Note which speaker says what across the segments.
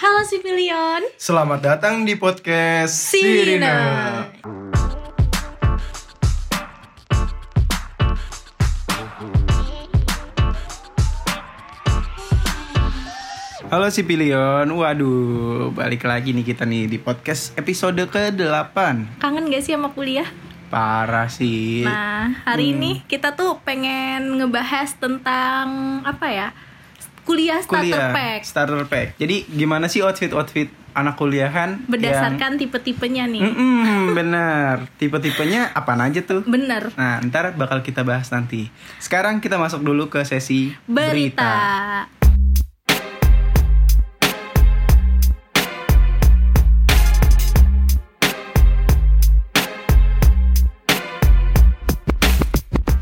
Speaker 1: Halo Civilion
Speaker 2: Selamat datang di podcast
Speaker 1: Sirina.
Speaker 2: Sirina. Halo si Pilion, waduh balik lagi nih kita nih di podcast episode ke-8
Speaker 1: Kangen gak sih sama kuliah?
Speaker 2: Parah sih
Speaker 1: Nah hari ini kita tuh pengen ngebahas tentang apa ya Kuliah starter
Speaker 2: Kuliah,
Speaker 1: pack
Speaker 2: starter pack Jadi gimana sih outfit-outfit anak kuliahan yang-
Speaker 1: Berdasarkan tipe-tipenya nih
Speaker 2: Mm-mm, bener, tipe-tipenya apaan aja tuh
Speaker 1: Bener
Speaker 2: Nah, ntar bakal kita bahas nanti. Sekarang kita masuk dulu ke sesi berita.
Speaker 1: Berita,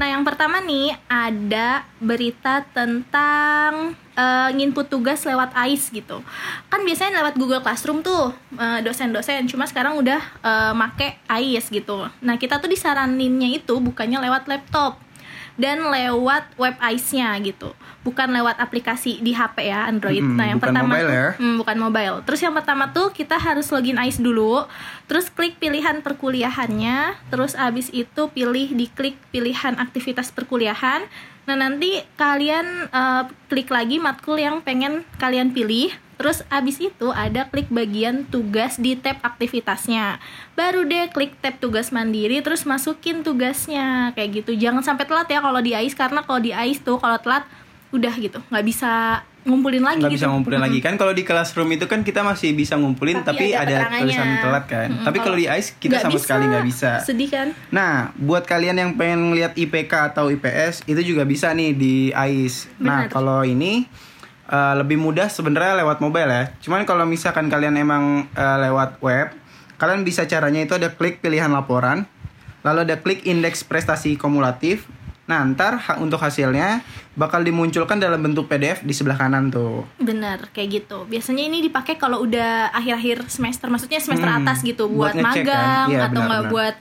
Speaker 1: Nah, yang pertama nih ada berita tentang eh, nginput tugas lewat AIS gitu. Kan biasanya lewat Google Classroom tuh eh, dosen-dosen, cuma sekarang udah eh, make AIS gitu. Nah, kita tuh disaraninnya itu bukannya lewat laptop dan lewat web AIS-nya gitu. Bukan lewat aplikasi di HP ya, Android.
Speaker 2: Mm-mm,
Speaker 1: nah, yang
Speaker 2: bukan
Speaker 1: pertama
Speaker 2: mobile ya.
Speaker 1: Hmm, bukan mobile. Terus yang pertama tuh kita harus login AIS dulu, terus klik pilihan perkuliahannya, terus abis itu pilih diklik pilihan aktivitas perkuliahan. Nah nanti kalian eh, klik lagi matkul yang pengen kalian pilih, terus abis itu ada klik bagian tugas di tab aktivitasnya. Baru deh klik tab tugas mandiri, terus masukin tugasnya kayak gitu. Jangan sampai telat ya kalau di AIS karena kalau di AIS tuh kalau telat udah gitu nggak bisa ngumpulin lagi
Speaker 2: Nggak
Speaker 1: gitu.
Speaker 2: bisa ngumpulin lagi kan kalau di classroom itu kan kita masih bisa ngumpulin
Speaker 1: Tapi ada
Speaker 2: tapi, ada,
Speaker 1: keterangannya.
Speaker 2: tulisan telat kan.
Speaker 1: Mm-mm,
Speaker 2: Tapi
Speaker 1: kalau
Speaker 2: kalau di ICE kita
Speaker 1: Nggak
Speaker 2: sama sekali nggak bisa.
Speaker 1: Sedih kan?
Speaker 2: Nah, buat kalian yang pengen lihat IPK atau IPS itu juga bisa nih di AIS. Nah,
Speaker 1: Benar.
Speaker 2: kalau ini uh, lebih mudah sebenarnya lewat mobile ya. Cuman kalau misalkan kalian emang uh, lewat web, kalian bisa caranya itu ada klik pilihan laporan, lalu ada klik indeks prestasi kumulatif. Nah, ntar ha- untuk hasilnya bakal dimunculkan dalam bentuk PDF di sebelah kanan tuh.
Speaker 1: Bener, kayak gitu. Biasanya ini dipakai kalau udah akhir-akhir semester, maksudnya semester
Speaker 2: Hmm,
Speaker 1: atas gitu, buat,
Speaker 2: buat ngecek kan?
Speaker 1: magang
Speaker 2: Iya,
Speaker 1: atau
Speaker 2: benar,
Speaker 1: nggak
Speaker 2: benar.
Speaker 1: buat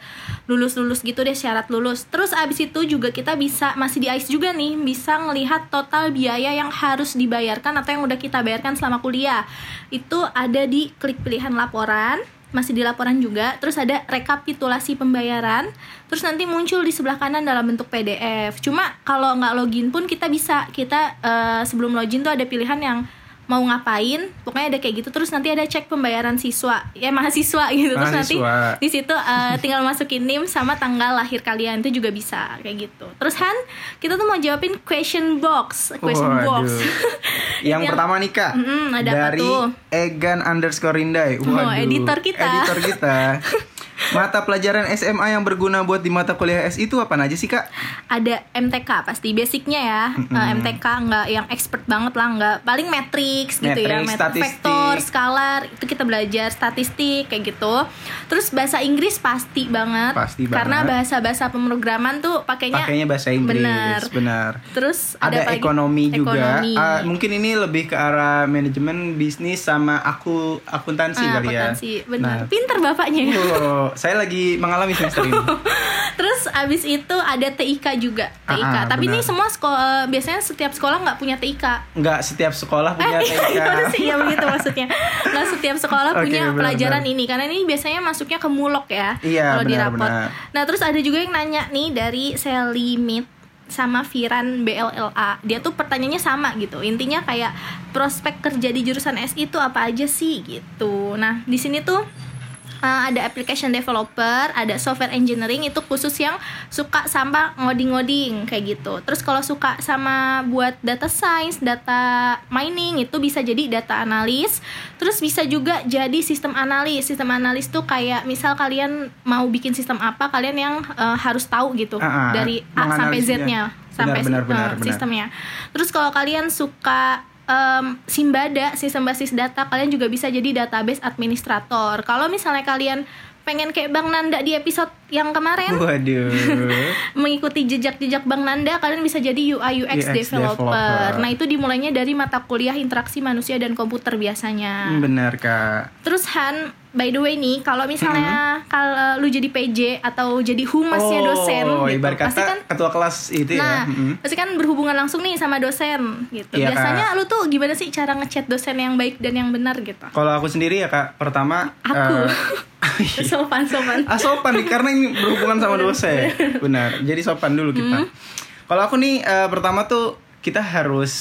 Speaker 1: lulus-lulus gitu deh syarat lulus. Terus abis itu juga kita bisa masih di ICE juga nih, bisa ngelihat total biaya yang harus dibayarkan atau yang udah kita bayarkan selama kuliah. Itu ada di klik pilihan laporan masih di laporan juga, terus ada rekapitulasi pembayaran, terus nanti muncul di sebelah kanan dalam bentuk PDF. Cuma kalau nggak login pun kita bisa, kita eh, sebelum login tuh ada pilihan yang mau ngapain, pokoknya ada kayak gitu. Terus nanti ada cek pembayaran siswa, ya mahasiswa gitu. Terus nanti
Speaker 2: Mahasiswa.
Speaker 1: di situ eh, tinggal masukin NIM sama tanggal lahir kalian itu juga bisa kayak gitu. Terus Han, kita tuh mau jawabin question box, question box.
Speaker 2: Waduh. yang,
Speaker 1: Yang-
Speaker 2: pertama nih kak
Speaker 1: Mm-mm, ada apa
Speaker 2: dari
Speaker 1: tuh?
Speaker 2: Egan underscore Rindai.
Speaker 1: Oh, editor kita.
Speaker 2: Editor kita. Mata pelajaran SMA yang berguna buat di mata kuliah S itu apa aja sih kak?
Speaker 1: ada MTK pasti basicnya ya Eh, MTK nggak yang expert banget lah nggak paling matrix gitu ya
Speaker 2: Matrix,
Speaker 1: mat-
Speaker 2: statistik.
Speaker 1: vektor skalar itu kita belajar statistik kayak gitu terus bahasa Inggris pasti banget
Speaker 2: Pasti
Speaker 1: karena
Speaker 2: banget.
Speaker 1: bahasa-bahasa pemrograman tuh pakainya
Speaker 2: Pakainya bahasa Inggris.
Speaker 1: benar.
Speaker 2: Benar.
Speaker 1: terus
Speaker 2: Ada,
Speaker 1: apa lagi?
Speaker 2: ekonomi juga.
Speaker 1: Ekonomi.
Speaker 2: Ah, mungkin ini lebih ke arah manajemen bisnis sama aku akuntansi
Speaker 1: Ah,
Speaker 2: kali ya.
Speaker 1: akuntansi, benar
Speaker 2: Nah,
Speaker 1: pinter bapaknya ya
Speaker 2: oh, saya lagi mengalami semester ini.
Speaker 1: Terus abis itu ada TIK juga, TIK.
Speaker 2: Ah, ah,
Speaker 1: Tapi ini
Speaker 2: benar.
Speaker 1: semua sekolah eh, biasanya setiap sekolah nggak punya TIK.
Speaker 2: Nggak setiap sekolah punya
Speaker 1: Eh, iya, iya,
Speaker 2: TK.
Speaker 1: bener sih, iya begitu maksudnya. Nah, setiap sekolah
Speaker 2: Oke,
Speaker 1: punya
Speaker 2: benar,
Speaker 1: pelajaran
Speaker 2: benar.
Speaker 1: ini karena ini biasanya masuknya ke mulok ya
Speaker 2: Iya,
Speaker 1: kalau di
Speaker 2: benar,
Speaker 1: rapot.
Speaker 2: benar.
Speaker 1: Nah, terus ada juga yang nanya nih dari Selimit sama Viran BLLA. Dia tuh pertanyaannya sama gitu. Intinya kayak prospek kerja di jurusan SI itu apa aja sih gitu. Nah, di sini tuh Uh, ada application developer, ada software engineering itu khusus yang suka sama ngoding-ngoding kayak gitu. Terus kalau suka sama buat data science, data mining itu bisa jadi data analis. Terus bisa juga jadi sistem analis. Sistem analis tuh kayak misal kalian mau bikin sistem apa, kalian yang uh, harus tahu gitu
Speaker 2: Ah, ah,
Speaker 1: dari A sampai
Speaker 2: menganalisisnya.
Speaker 1: Z-nya
Speaker 2: Benar,
Speaker 1: sampai
Speaker 2: benar,
Speaker 1: uh,
Speaker 2: benar, benar.
Speaker 1: sistemnya. Terus kalau kalian suka em, simbada, sistem basis data, kalian juga bisa jadi database administrator. Kalau misalnya kalian pengen kayak Bang Nanda di episode yang kemarin
Speaker 2: Waduh.
Speaker 1: mengikuti jejak-jejak Bang Nanda kalian bisa jadi UI UX,
Speaker 2: UX
Speaker 1: developer.
Speaker 2: developer.
Speaker 1: Nah, itu dimulainya dari mata kuliah interaksi manusia dan komputer biasanya.
Speaker 2: Benar kak.
Speaker 1: Terus Han, by the way nih, kalau misalnya kalau lu jadi PJ atau jadi humasnya dosen
Speaker 2: Hmm. Oh,
Speaker 1: gitu,
Speaker 2: ibarat
Speaker 1: pasti
Speaker 2: kata
Speaker 1: kan
Speaker 2: ketua kelas itu
Speaker 1: Nah,
Speaker 2: ya. Mm-mm.
Speaker 1: pasti kan berhubungan langsung nih sama dosen gitu.
Speaker 2: Iya, Kak.
Speaker 1: Biasanya lu tuh gimana sih cara ngechat dosen yang baik dan yang benar gitu?
Speaker 2: Kalau aku sendiri ya kak, pertama
Speaker 1: Aku.
Speaker 2: eh,
Speaker 1: sopan sopan.
Speaker 2: Ah sopan nih karena ini berhubungan sama dosen. Benar. Jadi sopan dulu
Speaker 1: Hmm.
Speaker 2: kita. Kalau aku nih eh, pertama tuh kita harus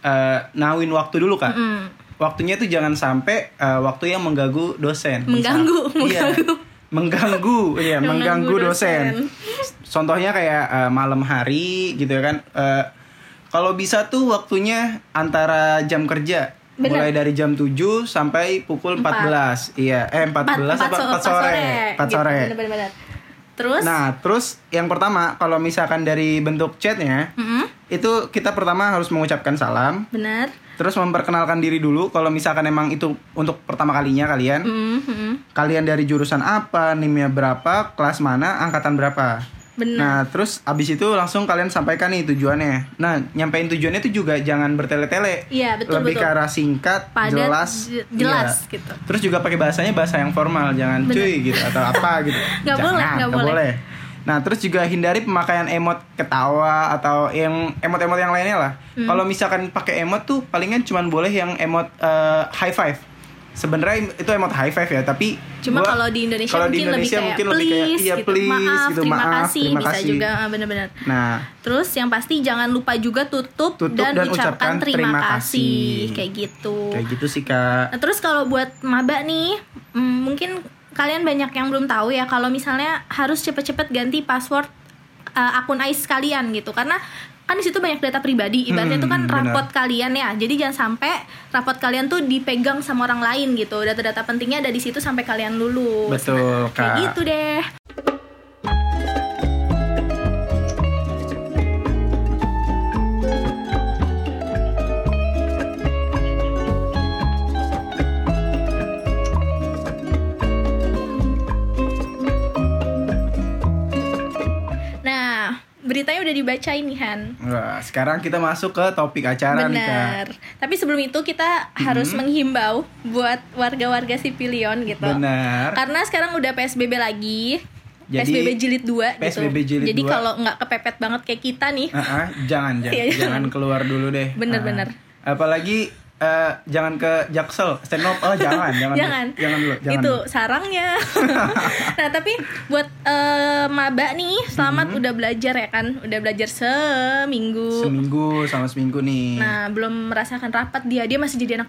Speaker 2: eh, nawin waktu dulu kak.
Speaker 1: Mm.
Speaker 2: Waktunya tuh jangan sampai eh, waktu yang mengganggu dosen.
Speaker 1: Mengganggu,
Speaker 2: Misal- Iya.
Speaker 1: mengganggu.
Speaker 2: mengganggu, iya
Speaker 1: Mengganggu
Speaker 2: mengganggu dosen. Contohnya kayak eh, malam hari gitu ya kan. Eh, kalau bisa tuh waktunya antara jam kerja
Speaker 1: Benar.
Speaker 2: mulai dari jam 7 sampai pukul 14. Iya, eh 14
Speaker 1: Empat-
Speaker 2: apa
Speaker 1: empat so-
Speaker 2: 4 sore. 4
Speaker 1: gitu,
Speaker 2: sore.
Speaker 1: bener-bener. Terus?
Speaker 2: Nah, terus yang pertama kalau misalkan dari bentuk chatnya
Speaker 1: Mm-mm,
Speaker 2: itu kita pertama harus mengucapkan salam,
Speaker 1: bener.
Speaker 2: terus memperkenalkan diri dulu kalau misalkan emang itu untuk pertama kalinya kalian.
Speaker 1: Mm, mm,
Speaker 2: Kalian dari jurusan apa, nimnya berapa, kelas mana, angkatan berapa.
Speaker 1: bener.
Speaker 2: Nah, terus abis itu langsung kalian sampaikan nih tujuannya. Nah, nyampein tujuannya itu juga jangan bertele-tele.
Speaker 1: Iya, betul,
Speaker 2: Lebih
Speaker 1: betul.
Speaker 2: ke arah singkat,
Speaker 1: Padat,
Speaker 2: jelas,
Speaker 1: je- jelas,
Speaker 2: Iya.
Speaker 1: gitu.
Speaker 2: Terus juga pakai bahasanya bahasa yang formal, jangan
Speaker 1: Bener.
Speaker 2: cuy gitu atau apa gitu.
Speaker 1: Nggak
Speaker 2: Jangan,
Speaker 1: boleh, nggak
Speaker 2: nggak
Speaker 1: boleh.
Speaker 2: Nah, terus juga hindari pemakaian emot ketawa atau yang emot-emot yang lainnya lah.
Speaker 1: Hmm.
Speaker 2: Kalau misalkan pakai emot tuh palingan cuman boleh yang emot eh, high five. Sebenarnya itu emot high five ya, tapi
Speaker 1: Cuma
Speaker 2: gua-
Speaker 1: kalau di Indonesia
Speaker 2: kalau
Speaker 1: mungkin,
Speaker 2: di
Speaker 1: lebih
Speaker 2: Indonesia
Speaker 1: kayak
Speaker 2: mungkin
Speaker 1: please,
Speaker 2: iya,
Speaker 1: gitu.
Speaker 2: please
Speaker 1: maaf,
Speaker 2: gitu,
Speaker 1: terima
Speaker 2: maaf,
Speaker 1: kasih,
Speaker 2: terima
Speaker 1: bisa
Speaker 2: kasih.
Speaker 1: juga ah, bener-bener.
Speaker 2: Nah,
Speaker 1: Terus yang pasti jangan lupa juga tutup,
Speaker 2: Tutup
Speaker 1: dan,
Speaker 2: dan
Speaker 1: ucapkan
Speaker 2: ucapkan
Speaker 1: terima,
Speaker 2: terima
Speaker 1: kasih.
Speaker 2: kasih.
Speaker 1: kayak gitu.
Speaker 2: kayak gitu sih kak.
Speaker 1: Nah, terus kalau buat maba nih, mm, mungkin kalian banyak yang belum tahu ya kalau misalnya harus cepet-cepet ganti password uh, akun AIS kalian gitu karena kan di situ banyak data pribadi ibaratnya
Speaker 2: Hmm,
Speaker 1: itu kan
Speaker 2: benar.
Speaker 1: rapot kalian ya jadi jangan sampai rapot kalian tuh dipegang sama orang lain gitu data-data pentingnya ada di situ sampai kalian lulus
Speaker 2: Betul
Speaker 1: kayak
Speaker 2: kak.
Speaker 1: gitu deh nah beritanya udah dibacain nih Han
Speaker 2: Wah, sekarang kita masuk ke topik acara nih kak. Mm-hmm.
Speaker 1: Benar. Tapi sebelum itu kita harus menghimbau buat warga-warga Sipilion gitu.
Speaker 2: Benar.
Speaker 1: Karena sekarang udah PSBB lagi.
Speaker 2: Jadi,
Speaker 1: PSBB jilid 2
Speaker 2: PSBB
Speaker 1: gitu.
Speaker 2: jilid
Speaker 1: Jadi
Speaker 2: dua.
Speaker 1: kalau nggak kepepet banget kayak kita nih.
Speaker 2: Ah, ah, jangan jangan,
Speaker 1: Iya, jangan.
Speaker 2: jangan keluar dulu deh.
Speaker 1: Bener,
Speaker 2: Ah.
Speaker 1: bener.
Speaker 2: Apalagi eh, jangan ke Jaksel, stand up. Oh, jangan, jangan. dulu.
Speaker 1: jangan.
Speaker 2: Jangan dulu, jangan.
Speaker 1: Itu
Speaker 2: dulu.
Speaker 1: gitu, sarangnya. nah, tapi buat eh, maba nih, selamat udah belajar ya kan. Udah belajar seminggu.
Speaker 2: Hmm. Seminggu sama seminggu nih.
Speaker 1: Nah, belum merasakan rapat dia. Dia masih jadi anak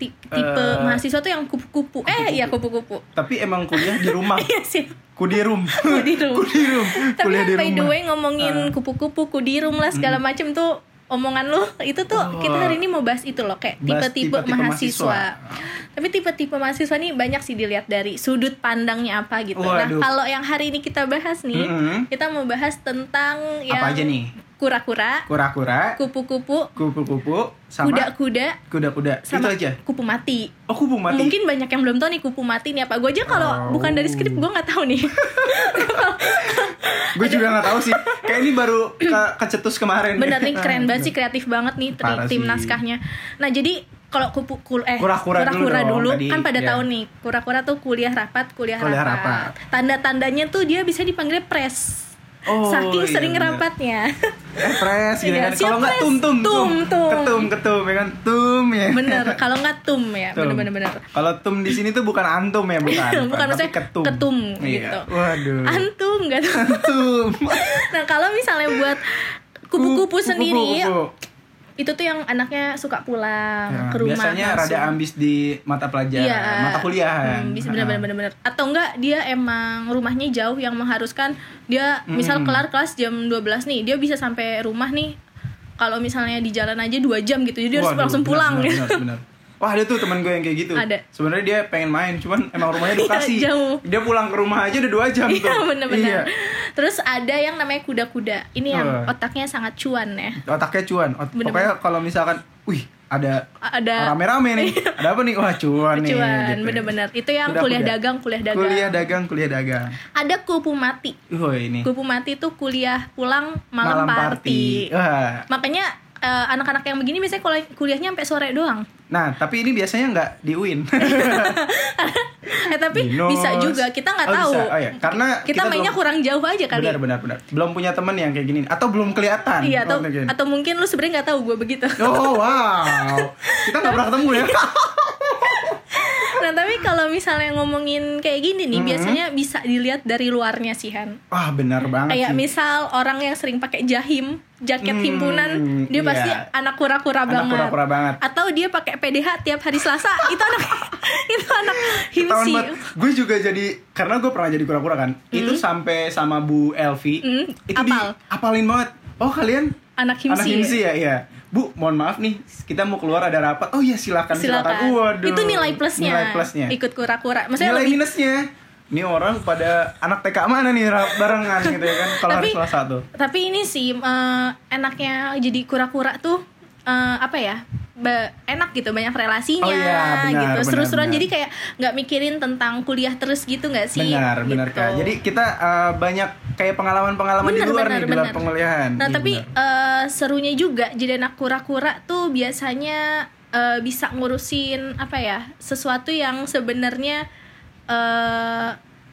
Speaker 1: ti- tipe
Speaker 2: Eh.
Speaker 1: mahasiswa tuh yang kupu-kupu. Eh, iya kupu-kupu.
Speaker 2: Tapi emang kuliah di rumah.
Speaker 1: Iya sih.
Speaker 2: Kudirum.
Speaker 1: Kudirum.
Speaker 2: Kudirum.
Speaker 1: Tapi
Speaker 2: kuliah
Speaker 1: kan
Speaker 2: di
Speaker 1: by the
Speaker 2: rumah. Ah. Hmm.
Speaker 1: way ngomongin kupu-kupu, kudirum lah segala macem tuh omongan lu itu tuh
Speaker 2: Oh.
Speaker 1: kita hari ini mau bahas itu loh kayak
Speaker 2: Bahas
Speaker 1: tipe-tipe
Speaker 2: tipe-tipe
Speaker 1: mahasiswa.
Speaker 2: mahasiswa.
Speaker 1: Tapi tipe-tipe mahasiswa nih banyak sih dilihat dari sudut pandangnya apa gitu. Nah,
Speaker 2: Waduh.
Speaker 1: kalau yang hari ini kita bahas nih,
Speaker 2: Mm-mm.
Speaker 1: kita mau bahas tentang yang
Speaker 2: Apa aja nih?
Speaker 1: Kura-kura,
Speaker 2: Kura-kura,
Speaker 1: kupu-kupu,
Speaker 2: kupu-kupu, sama
Speaker 1: kuda-kuda
Speaker 2: kuda-kuda. Itu
Speaker 1: sama
Speaker 2: aja.
Speaker 1: kupu mati.
Speaker 2: Oh, kupu mati.
Speaker 1: Mungkin banyak yang belum tahu nih kupu mati nih apa. Gue aja kalau
Speaker 2: Oh.
Speaker 1: bukan dari skrip gue nggak tahu nih.
Speaker 2: Gue juga nggak tahu sih. Kayak ini baru ke- kecetus kemarin.
Speaker 1: Bener nih keren banget sih kreatif banget nih tri-
Speaker 2: Parah
Speaker 1: tim
Speaker 2: sih.
Speaker 1: naskahnya. Nah jadi kalau kupu kul- eh
Speaker 2: Kura-kura dulu dong,
Speaker 1: dulu,
Speaker 2: tadi,
Speaker 1: kan pada
Speaker 2: iya.
Speaker 1: tahun nih kura-kura tuh kuliah rapat kuliah,
Speaker 2: Kuliah
Speaker 1: rapat.
Speaker 2: rapat.
Speaker 1: Tanda-tandanya tuh dia bisa dipanggil pres.
Speaker 2: Oh,
Speaker 1: Saking
Speaker 2: iya
Speaker 1: sering
Speaker 2: bener.
Speaker 1: rapatnya.
Speaker 2: Eh, pres gitu
Speaker 1: Iya,
Speaker 2: kan.
Speaker 1: siap,
Speaker 2: Kalau nggak
Speaker 1: pres.
Speaker 2: tum tum
Speaker 1: Tum, tum.
Speaker 2: Ketum ketum ya kan tum ya.
Speaker 1: bener kalau nggak tum ya
Speaker 2: Tum.
Speaker 1: bener bener bener.
Speaker 2: Kalau tum di sini tuh bukan antum ya, bukan.
Speaker 1: Bukan
Speaker 2: tapi
Speaker 1: maksudnya
Speaker 2: ketum.
Speaker 1: ketum,
Speaker 2: Iya.
Speaker 1: gitu.
Speaker 2: Waduh.
Speaker 1: Antum nggak tuh.
Speaker 2: Antum.
Speaker 1: Nah kalau misalnya buat kupu-kupu sendiri ya.
Speaker 2: kupu-kupu.
Speaker 1: itu tuh yang anaknya suka pulang Ah,
Speaker 2: Ya,
Speaker 1: ke rumah.
Speaker 2: biasanya rada
Speaker 1: langsung.
Speaker 2: ambis di mata pelajaran,
Speaker 1: Iya.
Speaker 2: mata Ah, kuliahan.
Speaker 1: Hmm, bisa benar-benar benar-benar. Atau enggak dia emang rumahnya jauh yang mengharuskan dia misal kelar kelas jam 12 nih, dia bisa sampai rumah nih kalau misalnya di jalan aja dua jam gitu. Jadi dia harus
Speaker 2: Waduh,
Speaker 1: langsung pulang
Speaker 2: benar,
Speaker 1: gitu.
Speaker 2: benar, benar. Wah ada tuh teman gue yang kayak gitu.
Speaker 1: Ada.
Speaker 2: Sebenarnya dia pengen main, cuman emang rumahnya
Speaker 1: Iya,
Speaker 2: edukasi.
Speaker 1: jauh.
Speaker 2: Dia pulang ke rumah aja udah dua jam tuh.
Speaker 1: Iya, benar-benar.
Speaker 2: Iya.
Speaker 1: Terus ada yang namanya kuda-kuda. Ini yang
Speaker 2: Wah.
Speaker 1: otaknya sangat cuan ya.
Speaker 2: Otaknya cuan. Ot-
Speaker 1: Benar,
Speaker 2: Pokoknya kalau misalkan, wih ada
Speaker 1: ada
Speaker 2: rame-rame nih. Ada apa nih? Wah, cuan nih.
Speaker 1: cuan
Speaker 2: gitu.
Speaker 1: bener-bener itu yang
Speaker 2: Udah,
Speaker 1: kuliah
Speaker 2: udah.
Speaker 1: dagang kuliah dagang
Speaker 2: Kuliah dagang, kuliah dagang.
Speaker 1: ada kupu mati
Speaker 2: Wah, ini.
Speaker 1: kupu mati itu kuliah pulang malam, party.
Speaker 2: Wah.
Speaker 1: makanya eh, anak-anak yang begini biasanya kuliah, kuliahnya sampai sore doang
Speaker 2: Nah, tapi ini biasanya nggak di UIN.
Speaker 1: eh tapi
Speaker 2: Di NOS.
Speaker 1: bisa juga kita nggak
Speaker 2: Oh,
Speaker 1: tahu
Speaker 2: bisa. Oh, iya. Karena
Speaker 1: kita,
Speaker 2: kita
Speaker 1: mainnya
Speaker 2: belum-
Speaker 1: kurang jauh aja kali
Speaker 2: benar, benar, benar. Belum punya teman yang kayak gini. Atau belum kelihatan.
Speaker 1: iya atau
Speaker 2: orang kayak gini.
Speaker 1: atau mungkin lu sebenarnya nggak tahu gue begitu
Speaker 2: Oh, wow. Kita nggak pernah ketemu ya.
Speaker 1: nah tapi kalau misalnya ngomongin kayak gini nih
Speaker 2: Mm-hmm.
Speaker 1: biasanya bisa dilihat dari luarnya sih Han
Speaker 2: Wah, benar banget
Speaker 1: kayak
Speaker 2: sih.
Speaker 1: misal orang yang sering pakai jahim jaket
Speaker 2: Hmm,
Speaker 1: himpunan dia
Speaker 2: iya.
Speaker 1: pasti anak kura-kura
Speaker 2: Anak
Speaker 1: banget
Speaker 2: kura-kura banget.
Speaker 1: atau dia pakai PDH tiap hari Selasa itu anak itu anak
Speaker 2: Ketahuan
Speaker 1: himsi
Speaker 2: banget. Gue juga jadi karena gue pernah jadi kura-kura kan. Itu sampai sama Bu Elvi.
Speaker 1: Hmm,
Speaker 2: Itu di
Speaker 1: Mm-hmm. apal.
Speaker 2: apalin banget. Oh, kalian
Speaker 1: anak himsi,
Speaker 2: anak himsi ya, iya. Bu, mohon maaf nih, kita mau keluar ada rapat. Oh iya, silakan silakan.
Speaker 1: silakan
Speaker 2: Waduh.
Speaker 1: itu nilai plusnya
Speaker 2: Nilai plusnya.
Speaker 1: ikut kura-kura maksudnya
Speaker 2: nilai
Speaker 1: lebih
Speaker 2: minusnya. Ini orang pada anak TK mana nih rapat barengan gitu ya kan kalau hari
Speaker 1: Tapi-
Speaker 2: Selasa tuh.
Speaker 1: tapi ini sih eh, enaknya jadi kura-kura tuh eh, apa ya ba- enak gitu banyak relasinya
Speaker 2: Oh iya, benar, benar,
Speaker 1: gitu seru-seruan
Speaker 2: benar.
Speaker 1: jadi kayak nggak mikirin tentang kuliah terus gitu nggak sih
Speaker 2: benar, benar
Speaker 1: Gitu.
Speaker 2: Kak. Jadi kita eh, banyak kayak pengalaman-pengalaman di
Speaker 1: Benar,
Speaker 2: luar
Speaker 1: benar,
Speaker 2: nih di luar
Speaker 1: benar.
Speaker 2: penguliahan.
Speaker 1: Nah
Speaker 2: Iya,
Speaker 1: tapi
Speaker 2: benar.
Speaker 1: eh, serunya juga jadi anak kura-kura tuh biasanya eh, bisa ngurusin apa ya sesuatu yang sebenarnya eh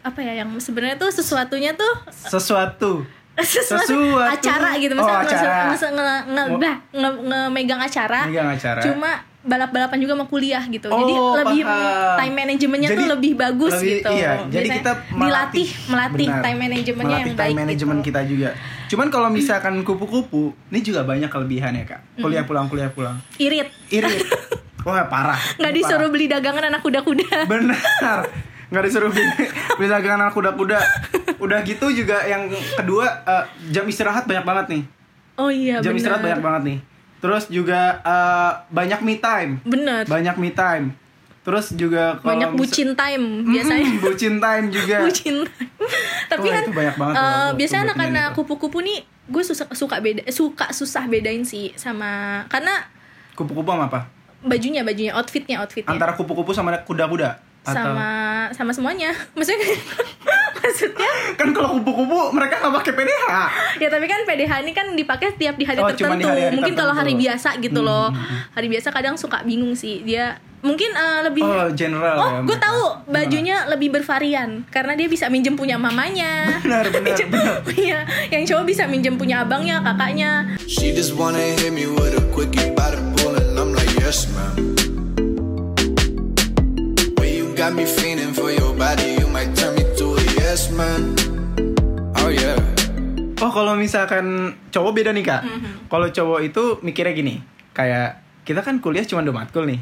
Speaker 1: apa ya yang sebenarnya tuh sesuatunya tuh
Speaker 2: sesuatu
Speaker 1: sesuatu,
Speaker 2: Sesuatu.
Speaker 1: acara gitu
Speaker 2: Oh,
Speaker 1: misalnya
Speaker 2: acara.
Speaker 1: nge- nge- nge-
Speaker 2: Mo-
Speaker 1: bah, nge- nge- megang acara,
Speaker 2: Megang acara.
Speaker 1: cuma balap-balapan juga sama kuliah gitu
Speaker 2: Oh,
Speaker 1: jadi lebih
Speaker 2: paham.
Speaker 1: time manajemennya tuh
Speaker 2: Jadi,
Speaker 1: lebih bagus
Speaker 2: lebih-
Speaker 1: gitu
Speaker 2: Iya, jadi
Speaker 1: Biasanya
Speaker 2: kita
Speaker 1: dilatih
Speaker 2: melatih
Speaker 1: melatih
Speaker 2: benar.
Speaker 1: time manajemennya
Speaker 2: Melatih
Speaker 1: yang
Speaker 2: time
Speaker 1: baik
Speaker 2: management
Speaker 1: gitu.
Speaker 2: kita juga. Cuman kalau misalkan kupu-kupu, ini juga banyak kelebihan ya kak. Kuliah pulang, kuliah pulang.
Speaker 1: irit
Speaker 2: Irit. Wah parah.
Speaker 1: nggak
Speaker 2: Ini
Speaker 1: disuruh beli dagangan anak kuda-kuda
Speaker 2: parah. Benar. Nggak disuruh beli, beli dagangan anak kuda-kuda. Udah gitu juga yang kedua eh, jam istirahat banyak banget nih.
Speaker 1: oh iya
Speaker 2: Jam
Speaker 1: benar
Speaker 2: istirahat banyak banget nih. Terus juga eh, banyak me time.
Speaker 1: benar
Speaker 2: Banyak me time. Terus juga kalau
Speaker 1: banyak
Speaker 2: mis-
Speaker 1: bucin time
Speaker 2: Mm,
Speaker 1: biasanya
Speaker 2: bucin time juga.
Speaker 1: bucin tapi
Speaker 2: Wah,
Speaker 1: kan
Speaker 2: itu banyak banget
Speaker 1: eh,
Speaker 2: loh, tuh,
Speaker 1: biasanya
Speaker 2: tuh
Speaker 1: anak-anak
Speaker 2: buktinya
Speaker 1: kupu-kupu nih gue susah suka beda suka susah bedain sih sama karena
Speaker 2: Kupu-kupu sama apa?
Speaker 1: bajunya bajunya outfitnya outfitnya
Speaker 2: antara kupu-kupu sama kuda-kuda
Speaker 1: Iya. sama sama semuanya maksudnya maksudnya
Speaker 2: kan kalau kupu-kupu mereka nggak pakai PDH
Speaker 1: ya tapi kan PDH ini kan dipakai tiap di hari
Speaker 2: Oh,
Speaker 1: tertentu
Speaker 2: cuma di hari-hari
Speaker 1: mungkin kalau hari
Speaker 2: tertentu. Hmm,
Speaker 1: biasa gitu loh hari biasa kadang suka bingung sih dia mungkin eh, lebih
Speaker 2: oh general
Speaker 1: Oh,
Speaker 2: ya
Speaker 1: gue
Speaker 2: mereka.
Speaker 1: tahu bajunya lebih bervarian karena dia bisa minjem punya mamanya.
Speaker 2: benar benar benar
Speaker 1: Iya, yang cowok bisa minjem punya abangnya, kakaknya.
Speaker 3: She just wanna hit me with a quickie by the pool, and I'm like, yes, ma'am. When you got me feeling for your body, you might turn me to a yes, man. Oh yeah.
Speaker 2: oh kalau misalkan cowok beda nih kak
Speaker 1: Mm-hmm.
Speaker 2: kalau cowok itu mikirnya gini kayak kita kan kuliah cuma dua matkul nih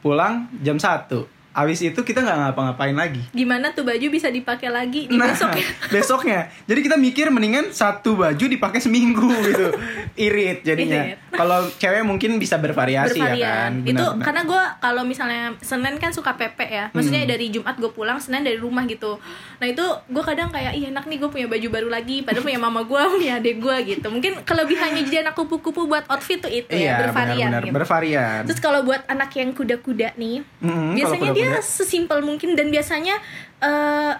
Speaker 2: pulang jam 1 abis itu kita nggak ngapa-ngapain lagi Nah,
Speaker 1: Gimana tuh baju bisa dipakai lagi di besok
Speaker 2: iya
Speaker 1: ya?
Speaker 2: besoknya. Jadi kita mikir mendingan satu baju dipakai seminggu gitu. Irit jadinya.
Speaker 1: Irit.
Speaker 2: Kalau cewek mungkin bisa bervariasi ya kan.
Speaker 1: Bervarian.
Speaker 2: Benar,
Speaker 1: Itu
Speaker 2: benar.
Speaker 1: karena gue kalau misalnya Senin kan suka pepe ya. Maksudnya
Speaker 2: Hmm.
Speaker 1: dari Jumat gue pulang, Senin dari rumah gitu. Nah itu gue kadang kayak, iya enak nih gue punya baju baru lagi. Padahal punya mama gue, punya adek gue gitu. Mungkin kelebihannya jadi anak kupu-kupu buat outfit tuh itu
Speaker 2: Iya,
Speaker 1: ya, bervarian
Speaker 2: benar-benar
Speaker 1: gitu.
Speaker 2: bervarian.
Speaker 1: Terus kalau buat anak yang kuda-kuda nih,
Speaker 2: Mm,
Speaker 1: biasanya
Speaker 2: Kan? kalau
Speaker 1: dia
Speaker 2: kuda-kuda.
Speaker 1: sesimpel mungkin dan biasanya eh,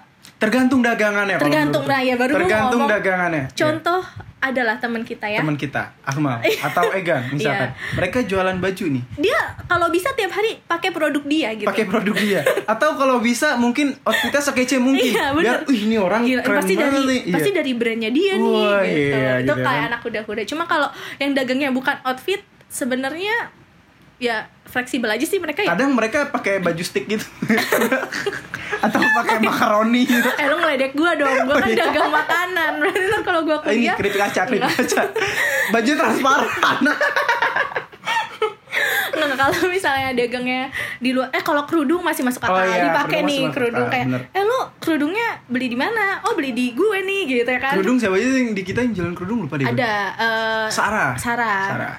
Speaker 2: tergantung dagangannya kalau
Speaker 1: Tergantung,
Speaker 2: menurut
Speaker 1: nah,
Speaker 2: gue.
Speaker 1: ya, baru gue
Speaker 2: tergantung
Speaker 1: ngomong.
Speaker 2: dagangannya
Speaker 1: contoh adalah teman kita ya.
Speaker 2: ya.
Speaker 1: Iya.
Speaker 2: teman kita Akmal atau Egan misalkan mereka jualan baju nih
Speaker 1: Dia kalau bisa tiap hari pakai produk dia gitu.
Speaker 2: pakai produk dia atau kalau bisa mungkin outfitnya sekece mungkin
Speaker 1: Iya, bener.
Speaker 2: biar "Wih, ini orang
Speaker 1: Gila,
Speaker 2: keren
Speaker 1: pasti
Speaker 2: banget
Speaker 1: dari
Speaker 2: nih." Iya.
Speaker 1: pasti dari brandnya dia nih
Speaker 2: Wah,
Speaker 1: gitu.
Speaker 2: iya,
Speaker 1: itu
Speaker 2: gitu
Speaker 1: kayak
Speaker 2: kan.
Speaker 1: anak kuda-kuda. Cuma kalau yang dagangnya bukan outfit, sebenarnya ya fleksibel aja sih mereka ya.
Speaker 2: kadang mereka pakai baju stick gitu atau pakai makaroni gitu
Speaker 1: Eh lu ngeledek gua dong, gua
Speaker 2: Oh,
Speaker 1: kan
Speaker 2: iya.
Speaker 1: dagang makanan. Berarti kan kalau gua
Speaker 2: ini
Speaker 1: kuliah
Speaker 2: kritik kaca kritik kaca baju transparan Nah,
Speaker 1: Nggak, nggak, Nah, kalau misalnya dagangnya di luar eh kalau kerudung masih masuk akal
Speaker 2: Oh, iya,
Speaker 1: dipakai nih
Speaker 2: kerudung masih masuk
Speaker 1: kerudung
Speaker 2: akal,
Speaker 1: kayak
Speaker 2: bener.
Speaker 1: eh lu kerudungnya beli di mana oh beli di gue nih gitu ya kan
Speaker 2: kerudung siapa aja yang di kita yang jalan kerudung lupa deh gue.
Speaker 1: ada eh,
Speaker 2: Sarah.
Speaker 1: Sarah.
Speaker 2: Sarah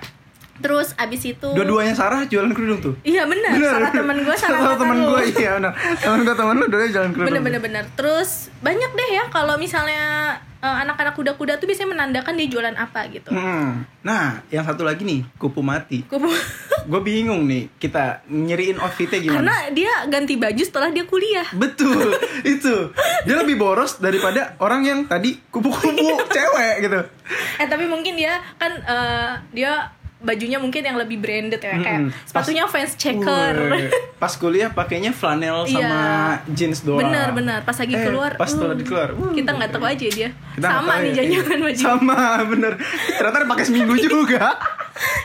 Speaker 1: Terus abis itu
Speaker 2: Dua-duanya Sarah jualan kerudung tuh.
Speaker 1: Iya benar, salah temen gue salah
Speaker 2: Salah
Speaker 1: kata
Speaker 2: temen
Speaker 1: lu.
Speaker 2: gue, iya benar. Temen gue, temen lu dua jualan kerudung.
Speaker 1: bener bener bener terus banyak deh ya kalau misalnya eh, anak-anak kuda-kuda tuh biasanya menandakan dia jualan apa gitu
Speaker 2: Mm. Nah, yang satu lagi nih, kupu mati.
Speaker 1: Kupu-
Speaker 2: Gue bingung nih, kita nyeriin outfitnya gimana?
Speaker 1: karena dia ganti baju setelah dia kuliah
Speaker 2: Betul, itu. Dia lebih boros daripada orang yang tadi kupu-kupu cewek gitu.
Speaker 1: eh tapi mungkin dia kan eh, dia bajunya mungkin yang lebih branded ya kayak
Speaker 2: Mm-mm.
Speaker 1: sepatunya fans checker
Speaker 2: Wih, Hmm. Pas kuliah pakainya flanel
Speaker 1: Iya.
Speaker 2: sama jeans doang.
Speaker 1: bener bener pas lagi
Speaker 2: gitu. Eh,
Speaker 1: keluar
Speaker 2: Pas
Speaker 1: uh,
Speaker 2: tuh lagi keluar. uh,
Speaker 1: kita nggak tahu aja dia
Speaker 2: kita nggak
Speaker 1: sama
Speaker 2: tahu
Speaker 1: nih kan,
Speaker 2: ya.
Speaker 1: jangan baju
Speaker 2: Sama, bener. Ternyata pakai seminggu juga.